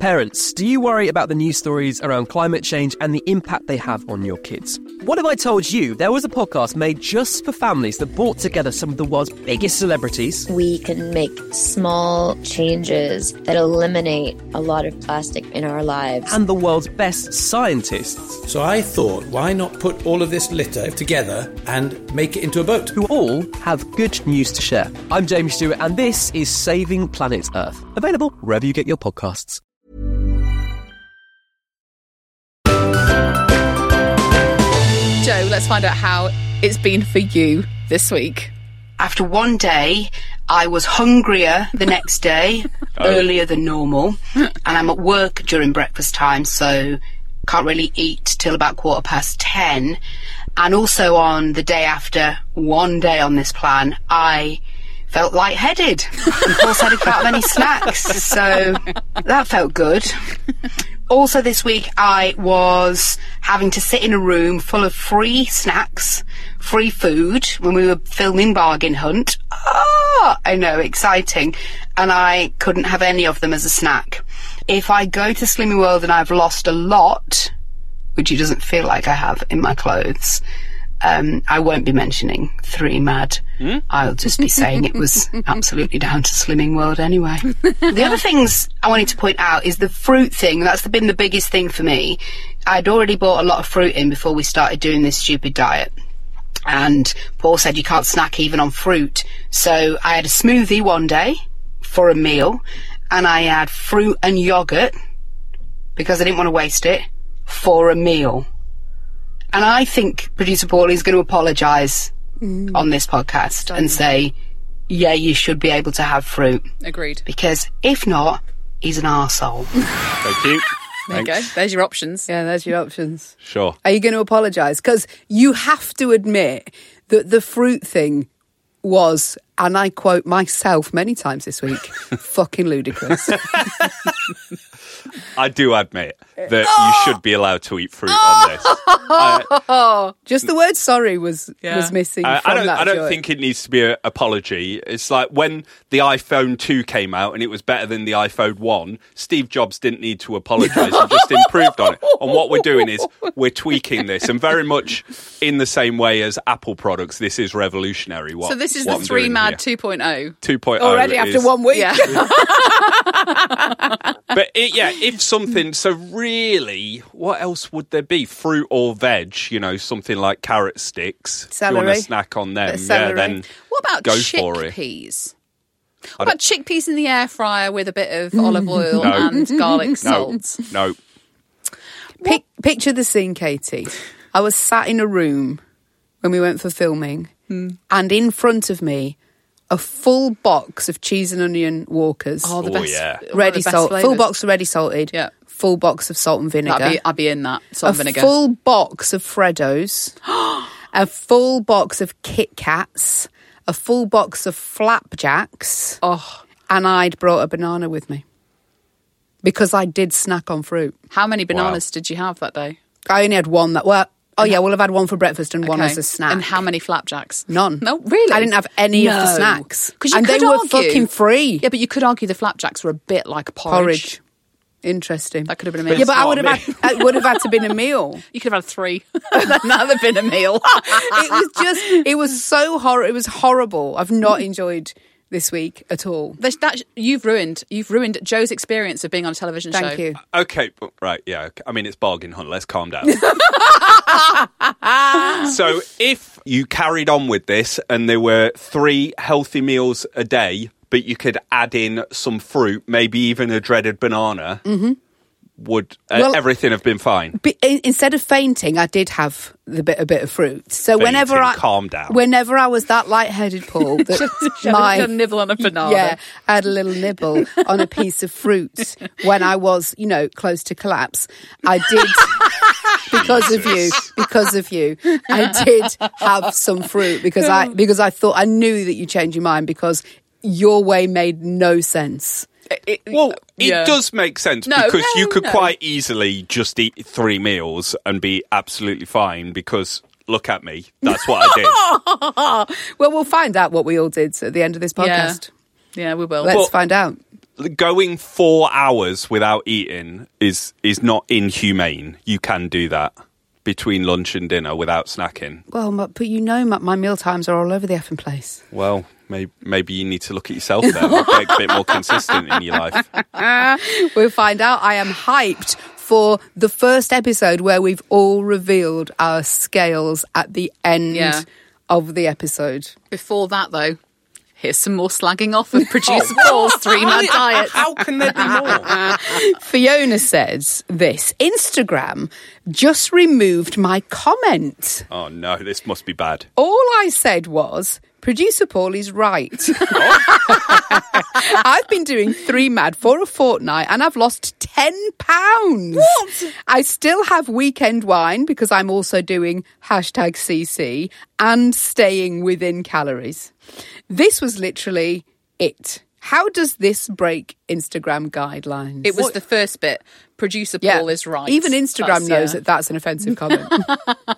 Speaker 1: Parents, do you worry about the news stories around climate change and the impact they have on your kids? What if I told you there was a podcast made just for families that brought together some of the world's biggest celebrities?
Speaker 2: We can make small changes that eliminate a lot of plastic in our lives.
Speaker 1: and the world's best scientists,
Speaker 3: So I thought, why not put all of this litter together and make it into a boat?
Speaker 1: who all have good news to share. I'm James Stewart, and this is Saving Planet Earth, available wherever you get your podcasts.
Speaker 5: Joe, let's find out how it's been for you this week.
Speaker 6: After one day, I was hungrier the next
Speaker 4: *laughs*
Speaker 6: day,
Speaker 4: Oh.
Speaker 6: earlier than normal, and I'm at work during breakfast time, so can't really eat till about quarter past ten. And also on the day after, one day on this plan, I felt lightheaded. Of course, I didn't have any snacks, so that felt good. Also, this week I was having to sit in a room full of free snacks, free food when we were filming Bargain Hunt. Ah, I know, exciting. And I couldn't have any of them as a snack. If I go to Slimmy World and I've lost a lot, which it doesn't feel like I have in my clothes, um, I won't be mentioning Three Mad. I'll just be saying it was absolutely down to Slimming World anyway. the other things I wanted to point out is the fruit thing. That's been the biggest thing for me. I'd already bought a lot of fruit in before we started doing this stupid diet. And Paul said you can't snack even on fruit. So I had a smoothie one day for a meal, and I had fruit and yogurt because I didn't want to waste it for a meal. And I think producer Paul is going to apologise
Speaker 9: Mm.
Speaker 6: on this podcast and say, yeah, you should be able to have fruit.
Speaker 5: Agreed.
Speaker 6: Because if not, he's an arsehole.
Speaker 4: Thank you.
Speaker 5: There you go. There's your options.
Speaker 9: Yeah, there's your options.
Speaker 4: Sure.
Speaker 9: Are you going to apologise? Because you have to admit that the fruit thing was, and I quote myself many times this
Speaker 4: *laughs*
Speaker 9: week, fucking ludicrous.
Speaker 4: I do admit that
Speaker 9: Oh.
Speaker 4: you should be allowed to eat fruit
Speaker 9: *laughs*
Speaker 4: on this. I-
Speaker 9: Just the word sorry was was missing.
Speaker 4: I, I
Speaker 9: from
Speaker 4: don't.
Speaker 9: that
Speaker 4: I don't
Speaker 9: joy.
Speaker 4: think it needs to be an apology. It's like when the iPhone two came out and it was better than the iPhone one. Steve Jobs didn't need to apologise. he just improved on it. And what we're doing is we're tweaking this, and very much in the same way as Apple products. This is revolutionary. What?
Speaker 5: so this is
Speaker 4: what
Speaker 5: the
Speaker 4: I'm
Speaker 5: Three
Speaker 4: doing
Speaker 5: Mad oh.
Speaker 4: here.
Speaker 5: 2.0.
Speaker 4: 2.0
Speaker 9: Already
Speaker 4: is-
Speaker 9: after one week.
Speaker 5: Yeah.
Speaker 4: But it, yeah, if something, so really, what else would there be? Fruit or veg? You know, something like carrot sticks. If you want
Speaker 9: Celery.
Speaker 4: to snack on them?
Speaker 9: of
Speaker 4: Yeah,
Speaker 9: celery.
Speaker 4: then
Speaker 5: What about
Speaker 4: go for it.
Speaker 5: chickpeas? What about chickpeas in the air fryer with a bit *laughs* of olive oil
Speaker 4: No.
Speaker 5: and garlic
Speaker 4: No,
Speaker 5: salt?
Speaker 4: no.
Speaker 9: Pic- picture the scene, Katie. I was sat in a room when we went for filming,
Speaker 5: Hmm.
Speaker 9: and in front of me, a full box of cheese and onion Walkers,
Speaker 5: Oh, the
Speaker 4: Oh,
Speaker 5: best.
Speaker 4: yeah.
Speaker 5: one of
Speaker 9: ready
Speaker 5: the best
Speaker 9: salt, full
Speaker 5: flavours.
Speaker 9: box of ready salted,
Speaker 5: Yeah.
Speaker 9: full box of salt and vinegar,
Speaker 5: I'd be, I'd be in that salt
Speaker 9: a
Speaker 5: and vinegar.
Speaker 9: full box of
Speaker 5: *gasps*
Speaker 9: Freddos, a full box of Kit Kats, a full box of flapjacks,
Speaker 5: oh,
Speaker 9: and I'd brought a banana with me.
Speaker 6: because I did snack on fruit.
Speaker 5: How many bananas did you have that day?
Speaker 6: I only had one that, well, oh yeah, we'll have had one for breakfast and one
Speaker 5: Okay.
Speaker 6: as a snack.
Speaker 5: And how many flapjacks?
Speaker 6: None.
Speaker 5: No, really?
Speaker 6: I didn't have any of the snacks.
Speaker 5: Because you
Speaker 6: And they
Speaker 5: could
Speaker 6: were
Speaker 5: argue-
Speaker 6: fucking free.
Speaker 5: *laughs* Yeah, but you could argue the flapjacks were a bit like porridge.
Speaker 6: Porridge. Interesting.
Speaker 5: That could have been amazing.
Speaker 6: yeah, but
Speaker 4: It's
Speaker 6: I
Speaker 4: not
Speaker 6: would have
Speaker 4: me.
Speaker 6: had, I would have had to been a
Speaker 5: *laughs*
Speaker 6: meal.
Speaker 5: You could have had three. Another been a meal.
Speaker 6: *laughs* it was just it was so horrible it was horrible i've
Speaker 5: *laughs*
Speaker 6: not enjoyed this week at all
Speaker 5: That, that- you've ruined you've ruined Joe's experience of being on a television show.
Speaker 6: thank you
Speaker 4: Okay, but right, yeah. okay. I mean, it's bargain hunt. Let's calm
Speaker 5: *laughs*
Speaker 4: down. so, if you carried on with this and there were three healthy meals a day, but you could add in some fruit, maybe even a dreaded banana,
Speaker 5: Mm-hmm.
Speaker 4: would uh,
Speaker 6: Well-
Speaker 4: everything have been fine?
Speaker 6: but in, instead of fainting i did have the bit a bit of fruit so whenever
Speaker 4: Fainting,
Speaker 6: i
Speaker 4: calm down.
Speaker 6: whenever i was that lightheaded
Speaker 5: *laughs*
Speaker 6: paul that
Speaker 5: My
Speaker 6: my
Speaker 5: nibble on a banana.
Speaker 6: yeah i had a little nibble on a piece of fruit when i was you know close to collapse i did
Speaker 5: *laughs*
Speaker 6: because of you because of you i did have some fruit because
Speaker 5: *laughs*
Speaker 6: i because i thought i knew that you changed your mind because your way made no
Speaker 5: *laughs*
Speaker 6: sense
Speaker 4: Well, it
Speaker 5: yeah.
Speaker 4: does make sense
Speaker 5: No,
Speaker 4: because
Speaker 5: no,
Speaker 4: you could
Speaker 5: no.
Speaker 4: quite easily just eat three meals and be absolutely fine because look at me. That's what I did.
Speaker 5: *laughs*
Speaker 6: Well, we'll find out what we all did at the end of this podcast.
Speaker 5: Yeah, we will.
Speaker 6: Let's
Speaker 4: Well-
Speaker 6: find out.
Speaker 4: going four hours without eating is is not inhumane. You can do that between lunch and dinner without snacking.
Speaker 6: Well, my, but you know, my, my meal times are all over the effing place.
Speaker 4: Well, maybe, maybe you need to look at yourself *laughs* then. Get a bit more consistent in your life.
Speaker 6: *laughs* We'll find out. I am hyped for the first episode where we've all revealed our scales at the end
Speaker 5: Yeah.
Speaker 6: of the episode. *laughs*
Speaker 5: Before that, though, here's some more slagging off of producer Paul's three
Speaker 6: *laughs*
Speaker 5: man diet.
Speaker 4: How can there be more?
Speaker 6: Fiona says this Instagram just removed my comment.
Speaker 4: Oh no, this must be bad.
Speaker 6: All I said was, producer Paul is right. *laughs* I've been doing three mad for a fortnight and I've lost 10 pounds. What? I still have weekend wine because I'm also doing hashtag CC and staying within calories. This was literally it. How does this break Instagram guidelines?
Speaker 5: It was the first bit. Producer Paul is right.
Speaker 6: Even Instagram
Speaker 5: That's-
Speaker 6: knows
Speaker 5: yeah.
Speaker 6: that that's an offensive comment.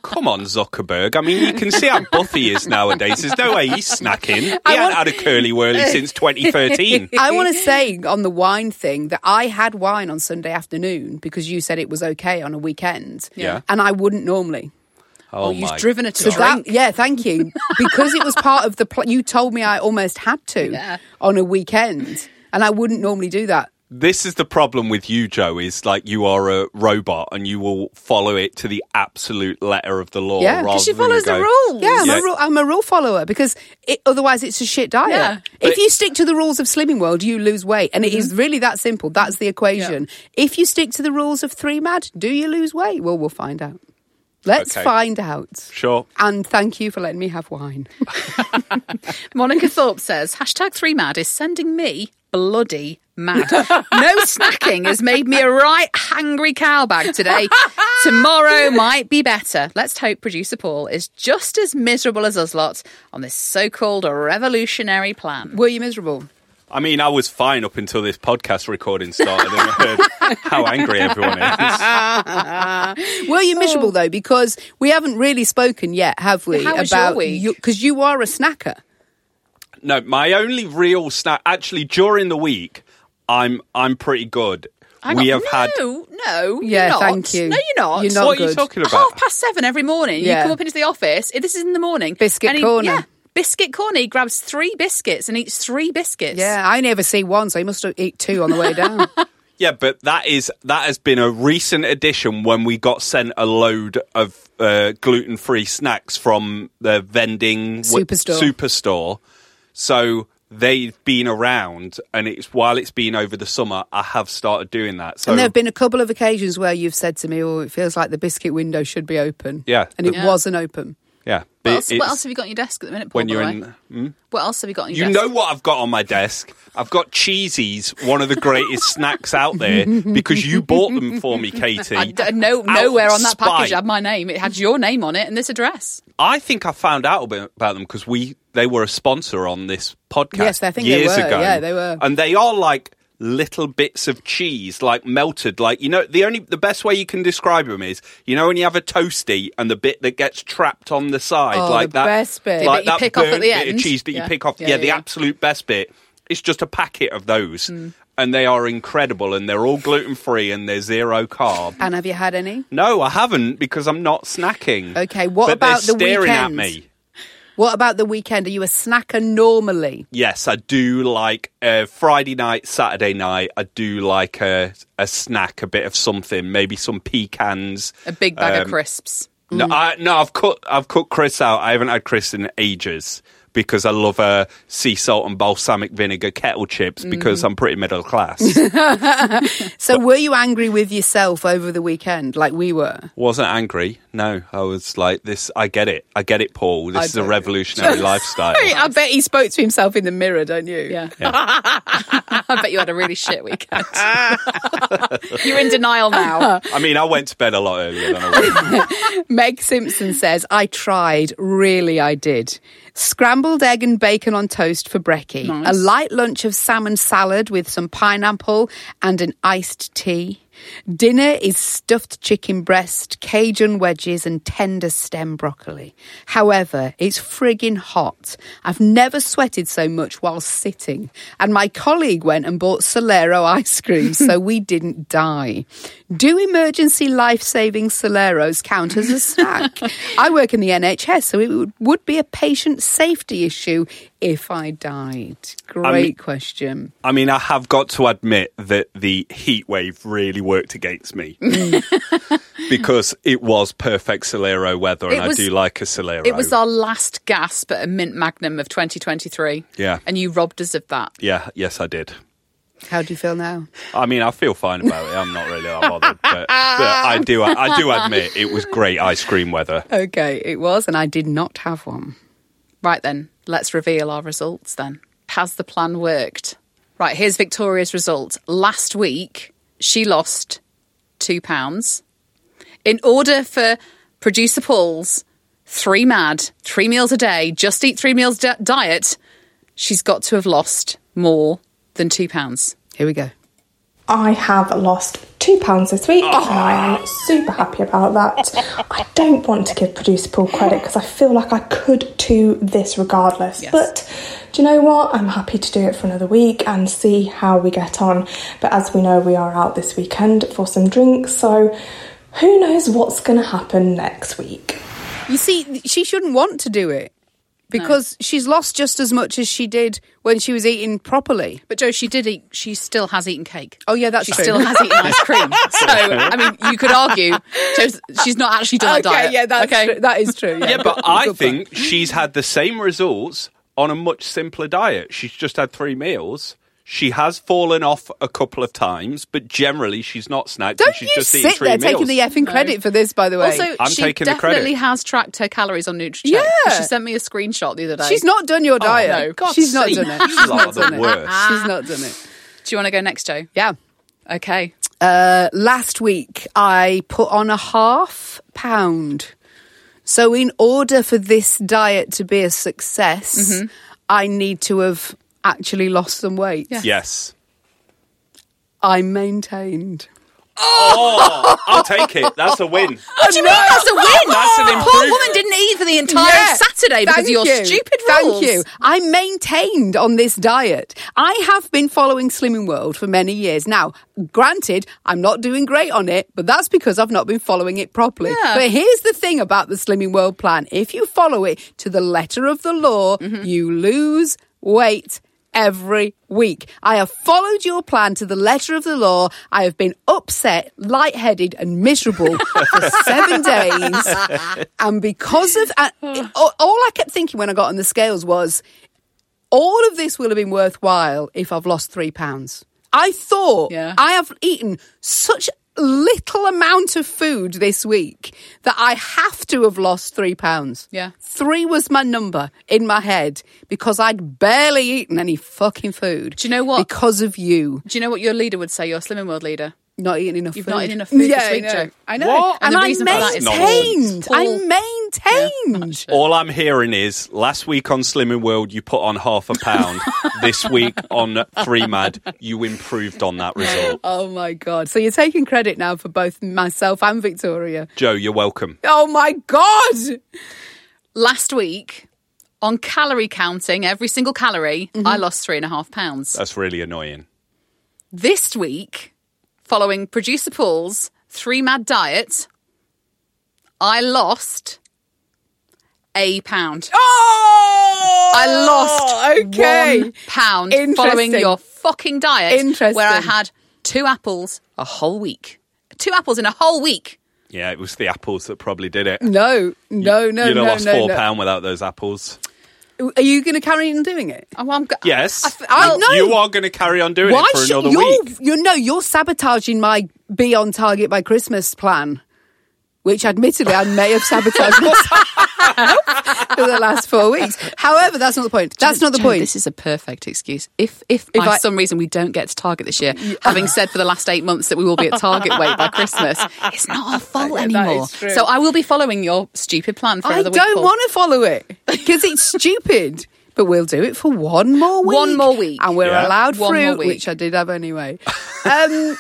Speaker 4: Come on, Zuckerberg. I mean, you can see how buff he is nowadays. There's no way he's snacking. He hadn't had a curly whirly since 2013.
Speaker 5: *laughs*
Speaker 6: I want to say on the wine thing that I had wine on Sunday afternoon because you said it was okay on a weekend.
Speaker 4: Yeah.
Speaker 6: And I wouldn't normally.
Speaker 4: Oh,
Speaker 5: you've
Speaker 4: my
Speaker 5: driven her to
Speaker 4: God.
Speaker 5: drink.
Speaker 6: That, yeah, thank
Speaker 5: *laughs*
Speaker 6: you. Because it was part of the plot. You told me I almost had to
Speaker 5: Yeah.
Speaker 6: on a weekend. And I wouldn't normally do that.
Speaker 4: this is the problem with you, Joe, is like you are a robot and you will follow it to the absolute letter of the law.
Speaker 6: Yeah, 'cause
Speaker 4: rather
Speaker 5: she
Speaker 4: than
Speaker 5: follows the
Speaker 4: go-
Speaker 5: rules.
Speaker 6: Yeah, I'm,
Speaker 4: Yeah.
Speaker 6: A, rule, I'm a rule follower because it, otherwise it's a shit diet.
Speaker 5: Yeah. Mm-hmm.
Speaker 6: If you stick to the rules of Slimming World, you lose weight. And it is really that simple. That's the equation. If you stick to the rules of 3 Mad, do you lose weight? Well, we'll find out. Let's
Speaker 4: Okay.
Speaker 6: find out.
Speaker 4: Sure.
Speaker 6: And thank you for letting me have wine. *laughs*
Speaker 5: Monica Thorpe says hashtag three mad is sending me bloody
Speaker 6: *laughs*
Speaker 5: mad. No snacking has made me a right hangry cowbag
Speaker 6: *laughs*
Speaker 5: today. Tomorrow might be better. Let's hope producer Paul is just as miserable as us lot on this so-called revolutionary plan.
Speaker 6: Were you miserable?
Speaker 4: I mean, I was fine up until this podcast recording started and I
Speaker 5: *laughs*
Speaker 4: heard how angry everyone is.
Speaker 6: Were
Speaker 5: Oh.
Speaker 6: you miserable though? Because we haven't really spoken yet, have we?
Speaker 5: How was your
Speaker 6: about
Speaker 5: week?
Speaker 6: Because you are a snacker.
Speaker 4: No, my only real snack actually during the week, I'm I'm pretty good.
Speaker 5: Hang
Speaker 4: we
Speaker 5: on.
Speaker 4: have had
Speaker 5: no, no, you're
Speaker 6: Yeah,
Speaker 5: not.
Speaker 6: thank you.
Speaker 5: No, you're not.
Speaker 6: You're not
Speaker 4: What are you
Speaker 6: good.
Speaker 4: talking about?
Speaker 5: Half past seven every morning,
Speaker 6: Yeah.
Speaker 5: you come up into the office. This is in the morning.
Speaker 6: Biscuit
Speaker 5: and he-
Speaker 6: corner.
Speaker 5: yeah, biscuit corner. He grabs three biscuits and eats three biscuits.
Speaker 6: Yeah, I never see one, so you must eat two on the
Speaker 5: *laughs*
Speaker 6: way down.
Speaker 4: Yeah, but that is that has been a recent addition when we got sent a load of uh, gluten-free snacks from the vending w-
Speaker 6: Superstore.
Speaker 4: Superstore. So they've been around, and it's while it's been over the summer, I have started doing that. So
Speaker 6: and there have been a couple of occasions where you've said to me, "Oh, it feels like the biscuit window should be open."
Speaker 4: Yeah.
Speaker 6: and it
Speaker 4: Yeah.
Speaker 6: wasn't open.
Speaker 4: yeah, but
Speaker 5: What else, what
Speaker 4: it's-
Speaker 5: else have you got on your desk at the minute, Paul?
Speaker 4: when
Speaker 5: by
Speaker 4: you're
Speaker 5: the
Speaker 4: in, Hmm?
Speaker 5: way? What else have you got on your
Speaker 4: you
Speaker 5: desk?
Speaker 4: know what I've got on my desk. I've got cheesies, one of the greatest snacks out there, because you bought them for me, Katie.
Speaker 5: *laughs* I d-
Speaker 4: out
Speaker 5: no,
Speaker 4: of
Speaker 5: nowhere on that package
Speaker 4: spite.
Speaker 5: had my name. It had your name on it and this address.
Speaker 4: I think I found out about about them because we they were a sponsor on this podcast.
Speaker 6: Yes, I think they
Speaker 4: years
Speaker 6: were.
Speaker 4: ago.
Speaker 6: Yeah, they were.
Speaker 4: and they are like little bits of cheese, like melted. Like you know, the only the best way you can describe them is you know when you have a toasty and the bit that gets trapped on the side,
Speaker 6: Oh,
Speaker 4: like
Speaker 6: the
Speaker 4: that,
Speaker 6: best bit. The
Speaker 4: like
Speaker 5: bit you
Speaker 4: that
Speaker 5: pick off at
Speaker 4: burnt
Speaker 5: the
Speaker 4: bit
Speaker 5: end.
Speaker 4: of cheese that
Speaker 5: Yeah.
Speaker 4: you pick off.
Speaker 5: Yeah,
Speaker 4: Yeah, the
Speaker 5: yeah.
Speaker 4: absolute best bit. It's just a packet of those.
Speaker 6: Hmm.
Speaker 4: And they are incredible, and they're all gluten free, and they're zero carb.
Speaker 6: And have you had any?
Speaker 4: No, I haven't because I'm not snacking.
Speaker 6: Okay, what
Speaker 4: But they're
Speaker 6: about the
Speaker 4: staring at
Speaker 6: weekends?
Speaker 4: me?
Speaker 6: What about the weekend? Are you a snacker normally?
Speaker 4: Yes, I do like uh, Friday night, Saturday night. I do like a a snack, a bit of something, maybe some pecans.
Speaker 5: A big bag of
Speaker 4: Um,
Speaker 5: crisps.
Speaker 4: No, I, no, I've cut I've cut Chris out. I haven't had Chris in ages because I love uh, sea salt and balsamic vinegar kettle chips because I'm pretty middle class.
Speaker 6: So were you angry with yourself over the weekend like we were?
Speaker 4: Wasn't angry. No, I was like this. I get it. I get it, Paul. This is a
Speaker 6: don't.
Speaker 4: revolutionary lifestyle.
Speaker 6: I bet he spoke to himself in the mirror, don't you? Yeah.
Speaker 5: *laughs* I bet you had a really
Speaker 4: *laughs*
Speaker 5: shit weekend. You're in denial now.
Speaker 4: I mean, I went to bed a lot earlier than I was.
Speaker 6: Meg Simpson says, I tried, really I did. Scrambled egg and bacon on toast for brekkie. A light lunch of salmon salad with some pineapple and an iced tea. Dinner is stuffed chicken breast, Cajun wedges, and tender stem broccoli. However, it's friggin' hot. I've never sweated so much while sitting. And my colleague went and bought Solero ice *laughs* cream, so we didn't die. Do emergency life saving Soleros count as a snack? I work in the NHS, so it would, would be a patient safety issue if I died. Great question.
Speaker 4: I mean, I have got to admit that the heat wave really worked against me
Speaker 6: Mm.
Speaker 4: *laughs*
Speaker 6: *laughs*
Speaker 4: because it was perfect Solero weather, and
Speaker 5: It was-
Speaker 4: I do like a Solero.
Speaker 5: It was our last gasp at a mint magnum of 2023.
Speaker 4: Yeah.
Speaker 5: And you robbed us of that.
Speaker 4: yeah, yes, I did.
Speaker 6: How do you feel now?
Speaker 4: I mean, I feel fine about it. I'm not really that bothered, but, but I do, I do admit it was great ice cream weather.
Speaker 5: Oh,
Speaker 6: Okay, it was, and I did not have one.
Speaker 5: Right then, let's reveal our results then. Has the plan worked? Right, here's Victoria's results. Last week, she lost two pounds. In order for producer Paul's three mad, three meals a day, just eat three meals di- diet, she's got to have lost more than two pounds.
Speaker 6: Here we go.
Speaker 7: I have lost two pounds this week, and I am super happy about that. I don't want to give producer Paul credit because I feel like I could do this regardless. But do you know what? I'm happy to do it for another week and see how we get on. But as we know, we are out this weekend for some drinks, so who knows what's going to happen next week.
Speaker 6: You see, she shouldn't want to do it because she's lost just as much as she did when she was eating properly.
Speaker 5: But Joe, she did eat. She still has eaten cake.
Speaker 6: Oh, yeah, that's
Speaker 5: she
Speaker 6: true.
Speaker 5: still has eaten
Speaker 6: *laughs*
Speaker 5: ice cream. So I mean, you could argue Joe's, she's not actually done a diet. okay.
Speaker 6: true. that is true.
Speaker 4: Yeah, but I think she's had the same results on a much simpler diet. She's just had three meals. She has fallen off a couple of times, but generally she's not snacked. and
Speaker 6: Don't
Speaker 4: she's
Speaker 6: you
Speaker 4: just eaten
Speaker 6: sit
Speaker 4: three
Speaker 6: there
Speaker 4: meals.
Speaker 6: taking the effing credit for this, by the way.
Speaker 5: Also,
Speaker 4: I'm
Speaker 5: she
Speaker 4: taking the credit.
Speaker 5: definitely has tracked her calories on NutriCheck.
Speaker 6: Yeah.
Speaker 5: she sent me a screenshot the other day.
Speaker 6: she's not done your diet.
Speaker 5: Oh, no, God's
Speaker 6: she's not
Speaker 5: sake.
Speaker 6: done it.
Speaker 4: You
Speaker 6: *laughs* She's
Speaker 4: lot
Speaker 6: not
Speaker 4: are the
Speaker 6: done it.
Speaker 4: worst.
Speaker 6: She's not done it.
Speaker 5: Do you want to go next, Joe?
Speaker 6: Yeah.
Speaker 5: Okay.
Speaker 6: Uh, last week, I put on a half pound. So, in order for this diet to be a success,
Speaker 5: Mm-hmm.
Speaker 6: I need to have actually lost some weight.
Speaker 4: Yes.
Speaker 6: I maintained.
Speaker 4: Oh, I'll take it. That's a
Speaker 6: *laughs*
Speaker 4: win.
Speaker 5: do you mean that's a win?
Speaker 4: That's an
Speaker 5: Poor
Speaker 4: improvement.
Speaker 5: woman didn't eat for the entire
Speaker 6: Yeah.
Speaker 5: Saturday because
Speaker 6: Thank
Speaker 5: of your
Speaker 6: you.
Speaker 5: stupid rules.
Speaker 6: Thank you. I maintained on this diet. I have been following Slimming World for many years. Now, granted, I'm not doing great on it, but that's because I've not been following it properly. But here's the thing about the Slimming World plan. If you follow it to the letter of the law,
Speaker 5: Mm-hmm.
Speaker 6: you lose weight every week. I have followed your plan to the letter of the law. I have been upset, lightheaded, and miserable for seven days. And because of uh, all I kept thinking when I got on the scales was, all of this will have been worthwhile if I've lost three pounds. I thought
Speaker 5: Yeah.
Speaker 6: I have eaten such little amount of food this week that I have to have lost three pounds.
Speaker 5: Yeah.
Speaker 6: Three was my number in my head because I'd barely eaten any fucking food.
Speaker 5: Do you know what?
Speaker 6: Because of you
Speaker 5: Do you know what your leader would say? Your Slimming World leader.
Speaker 6: not eating enough
Speaker 5: You've
Speaker 6: food.
Speaker 5: not eaten enough food this
Speaker 6: yeah,
Speaker 5: week,
Speaker 6: I know.
Speaker 5: Joe.
Speaker 6: I know.
Speaker 5: What?
Speaker 6: And,
Speaker 5: And the
Speaker 6: I
Speaker 5: reason for that
Speaker 4: is
Speaker 6: maintained.
Speaker 4: nonsense.
Speaker 6: I
Speaker 5: Paul- *laughs*
Speaker 6: maintained.
Speaker 4: All I'm hearing is last week on Slimming World, you put on half a
Speaker 6: *laughs*
Speaker 4: pound. this week on Three Mad, you improved on that
Speaker 6: *laughs*
Speaker 4: result.
Speaker 6: Oh my God. So you're taking credit now for both myself and Victoria.
Speaker 4: Joe, you're welcome.
Speaker 6: Oh my God.
Speaker 5: Last week, on calorie counting, every single calorie, I lost three and a half pounds.
Speaker 4: That's really annoying.
Speaker 5: This week, following producer Paul's three mad diet, I lost a pound.
Speaker 6: Oh!
Speaker 5: I lost
Speaker 6: Okay.
Speaker 5: one pound
Speaker 6: Interesting.
Speaker 5: following your fucking diet,
Speaker 6: Interesting.
Speaker 5: where I had two apples a whole week. Two apples in a whole week.
Speaker 4: Yeah, it was the apples that probably did it.
Speaker 6: No, no, no,
Speaker 4: You'd
Speaker 6: no,
Speaker 4: have lost
Speaker 6: no,
Speaker 4: four
Speaker 6: no.
Speaker 4: pound without those apples.
Speaker 6: Are you going to carry on doing it?
Speaker 5: Oh, I'm go-
Speaker 4: Yes,
Speaker 6: I- I- no.
Speaker 4: you are going to carry on doing it for
Speaker 6: should-
Speaker 4: another
Speaker 6: you're,
Speaker 4: week.
Speaker 6: You know, you're sabotaging my be on target by Christmas plan, which admittedly I may have sabotaged myself *laughs* for the last four weeks. However, that's not the point. That's not the
Speaker 5: Joe,
Speaker 6: point.
Speaker 5: This is a perfect excuse. If if by
Speaker 6: I-
Speaker 5: some reason we don't get to Target this year, having said for the last eight months that we will be at Target weight by Christmas, it's not
Speaker 6: *laughs*
Speaker 5: our fault
Speaker 6: that is
Speaker 5: anymore.
Speaker 6: true.
Speaker 5: So I will be following your stupid plan for
Speaker 6: I
Speaker 5: another week.
Speaker 6: don't
Speaker 5: Paul.
Speaker 6: want to follow it
Speaker 5: *laughs*
Speaker 6: because it's stupid. But we'll do it for one more week.
Speaker 5: One more week.
Speaker 6: and we're
Speaker 4: Yeah.
Speaker 6: allowed
Speaker 5: One more
Speaker 6: fruit,
Speaker 5: week.
Speaker 6: which I did have anyway.
Speaker 5: *laughs*
Speaker 6: Um,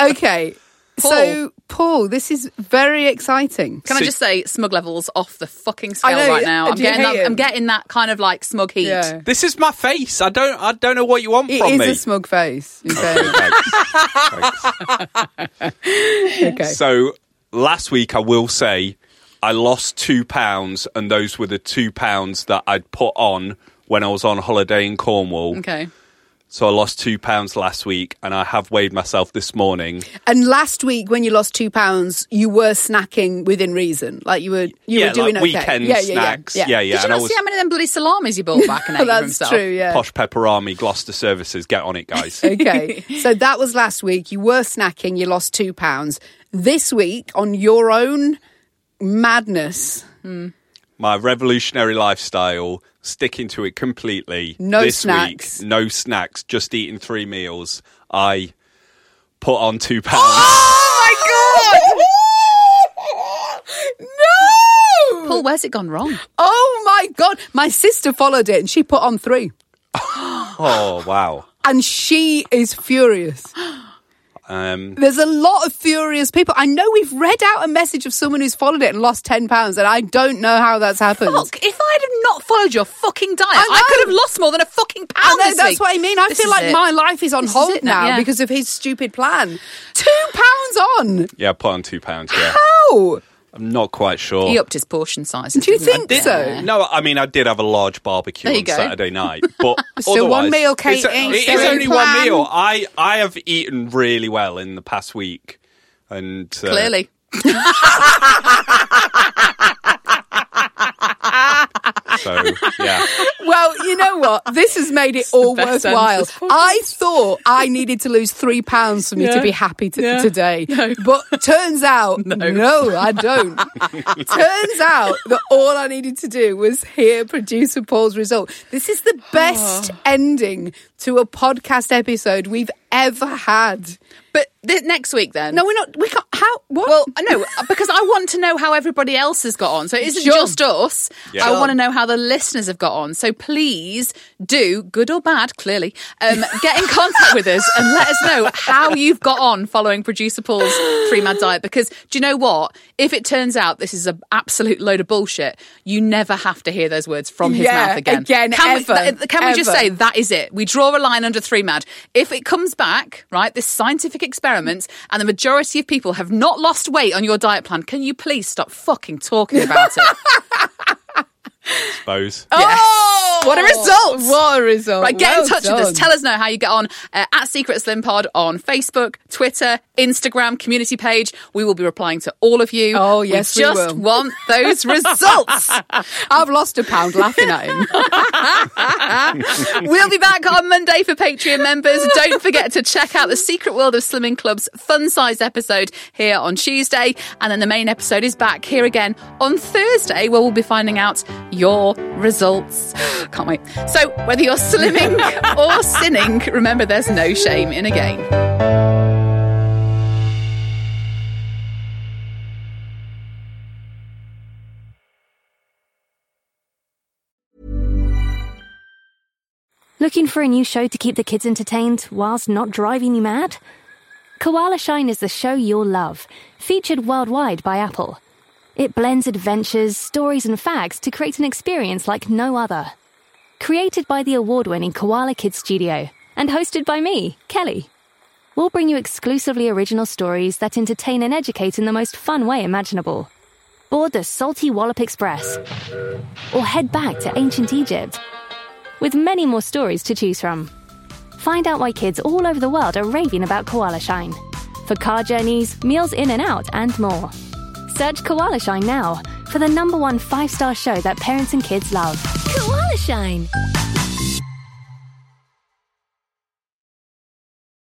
Speaker 6: okay, so Paul, this is very exciting.
Speaker 5: Can
Speaker 4: See-
Speaker 5: I just say, smug levels off the fucking scale
Speaker 6: know,
Speaker 5: right now.
Speaker 6: uh,
Speaker 5: I'm
Speaker 6: do you
Speaker 5: getting,
Speaker 6: hate
Speaker 5: that,
Speaker 6: him?
Speaker 5: I'm getting that kind of like smug heat.
Speaker 6: Yeah.
Speaker 4: This is my face. I don't. I don't know what you want
Speaker 6: It
Speaker 4: from
Speaker 6: is
Speaker 4: me.
Speaker 6: a smug face.
Speaker 4: *laughs*
Speaker 6: in
Speaker 4: Okay,
Speaker 6: fairness.
Speaker 4: thanks. Thanks.
Speaker 6: okay.
Speaker 4: So last week, I will say, I lost two pounds, and those were the two pounds that I'd put on when I was on holiday in Cornwall.
Speaker 5: Okay.
Speaker 4: So I lost two pounds last week, and I have weighed myself this morning.
Speaker 6: And last week, when you lost two pounds, you were snacking within reason. Like you were, you
Speaker 4: yeah,
Speaker 6: were doing
Speaker 4: like
Speaker 6: okay.
Speaker 4: weekend
Speaker 6: yeah, yeah,
Speaker 4: snacks.
Speaker 6: Yeah,
Speaker 4: Yeah, yeah.
Speaker 5: Did you
Speaker 4: and
Speaker 5: not
Speaker 4: I was
Speaker 5: see how many of them bloody salamis you bought back *laughs* and ate
Speaker 6: That's
Speaker 5: himself?
Speaker 6: true. Yeah.
Speaker 4: posh pepperami Gloucester services. Get on it, guys.
Speaker 6: *laughs* okay. So that was last week. You were snacking. You lost two pounds. This week, on your own madness,
Speaker 4: my revolutionary lifestyle, sticking to it completely.
Speaker 6: No
Speaker 4: this
Speaker 6: snacks.
Speaker 4: Week, no snacks, just eating three meals. I put on two pounds.
Speaker 6: Oh *laughs* no!
Speaker 5: Paul, where's it gone wrong?
Speaker 6: Oh my god! My sister followed it, and she put on three,
Speaker 4: Oh wow!
Speaker 6: and she is furious.
Speaker 4: Um,
Speaker 6: There's a lot of furious people. I know we've read out a message of someone who's followed it and lost ten pounds, and I don't know how that's happened.
Speaker 5: Fuck, if I had not followed your fucking diet, I,
Speaker 6: I know.
Speaker 5: could have lost more than a fucking
Speaker 6: I
Speaker 5: pound.
Speaker 6: know,
Speaker 5: this
Speaker 6: that's
Speaker 5: week.
Speaker 6: what I mean. I
Speaker 5: This
Speaker 6: feel
Speaker 5: is
Speaker 6: like
Speaker 5: it.
Speaker 6: my life is on
Speaker 5: This is
Speaker 6: hold
Speaker 5: it
Speaker 6: now
Speaker 5: yeah.
Speaker 6: because of his stupid plan. Two pounds on.
Speaker 4: yeah, I put on two pounds.
Speaker 6: *laughs*
Speaker 4: Yeah,
Speaker 5: Oh.
Speaker 6: How?
Speaker 4: I'm not quite sure.
Speaker 5: he upped his portion size.
Speaker 6: Do you think
Speaker 4: Did-
Speaker 6: so?
Speaker 4: No, I mean I did have a large barbecue
Speaker 5: There you
Speaker 4: on
Speaker 5: go.
Speaker 4: Saturday night,
Speaker 6: *laughs*
Speaker 4: but
Speaker 6: Still one
Speaker 4: otherwise-
Speaker 6: meal,
Speaker 4: It's-
Speaker 6: Kate, ain't
Speaker 4: It is
Speaker 6: still
Speaker 4: only
Speaker 6: plan.
Speaker 4: one meal. I I have eaten really well in the past week, and uh,
Speaker 5: Clearly.
Speaker 4: so yeah.
Speaker 6: Well, you know what? This has made it all
Speaker 5: best sentence
Speaker 6: worthwhile.
Speaker 5: possible.
Speaker 6: I thought I needed to lose three pounds for me to be happy t- today. But
Speaker 5: *laughs*
Speaker 6: turns out, no. I don't. turns out that all I needed to do was hear producer Paul's result. This is
Speaker 5: Ah.
Speaker 6: the best ending to a podcast episode we've ever had.
Speaker 5: But th- next week then.
Speaker 6: No, we're not. We can't. How? What?
Speaker 5: Well, no, because I want to know how everybody else has got on. So it isn't
Speaker 6: Sure.
Speaker 5: just us.
Speaker 4: Yeah.
Speaker 5: I
Speaker 4: Sure.
Speaker 5: want to know how the listeners have got on. So please do, good or bad, clearly, um, get in contact with us and let us know how you've got on following producer Paul's three mad diet. Because do you know what? If it turns out this is an absolute load of bullshit, you never have to hear those words from his
Speaker 6: Yeah,
Speaker 5: mouth again.
Speaker 6: again,
Speaker 5: can we,
Speaker 6: ever,
Speaker 5: th- can we just
Speaker 6: ever.
Speaker 5: say that is it. We draw a line under three mad. If it comes back, right, this scientific experiment, and the majority of people have not lost weight on your diet plan, can you please stop fucking talking about
Speaker 6: *laughs*
Speaker 5: it?
Speaker 4: Suppose.
Speaker 6: Oh,
Speaker 5: What a result!
Speaker 6: What a result!
Speaker 5: Right, get
Speaker 6: Well
Speaker 5: in touch with us.
Speaker 6: done.
Speaker 5: Tell us know how you get on uh, at Secret Slim Pod on Facebook, Twitter, Instagram, community page. We will be replying to all of you.
Speaker 6: Oh, yes, we
Speaker 5: just
Speaker 6: will.
Speaker 5: want
Speaker 6: *laughs*
Speaker 5: those results.
Speaker 6: I've lost a pound laughing at him.
Speaker 5: We'll be back on Monday for Patreon members. Don't forget to check out the Secret World of Slimming Club's fun size episode here on Tuesday. And then the main episode is back here again on Thursday, where we'll be finding out your results. *gasps* Can't wait. So, whether you're slimming or sinning, remember there's no shame in a game.
Speaker 10: Looking for a new show to keep the kids entertained whilst not driving you mad? Koala Shine is the show you'll love, featured worldwide by Apple. It blends adventures, stories, and facts to create an experience like no other. Created by the award winning Koala Kids Studio and hosted by me, Kelly. We'll bring you exclusively original stories that entertain and educate in the most fun way imaginable. Board the Salty Wallop Express or head back to ancient Egypt with many more stories to choose from. Find out why kids all over the world are raving about Koala Shine for car journeys, meals in and out, and more. Search Koala Shine now for the number one five star show that parents and kids love. Koala Shine!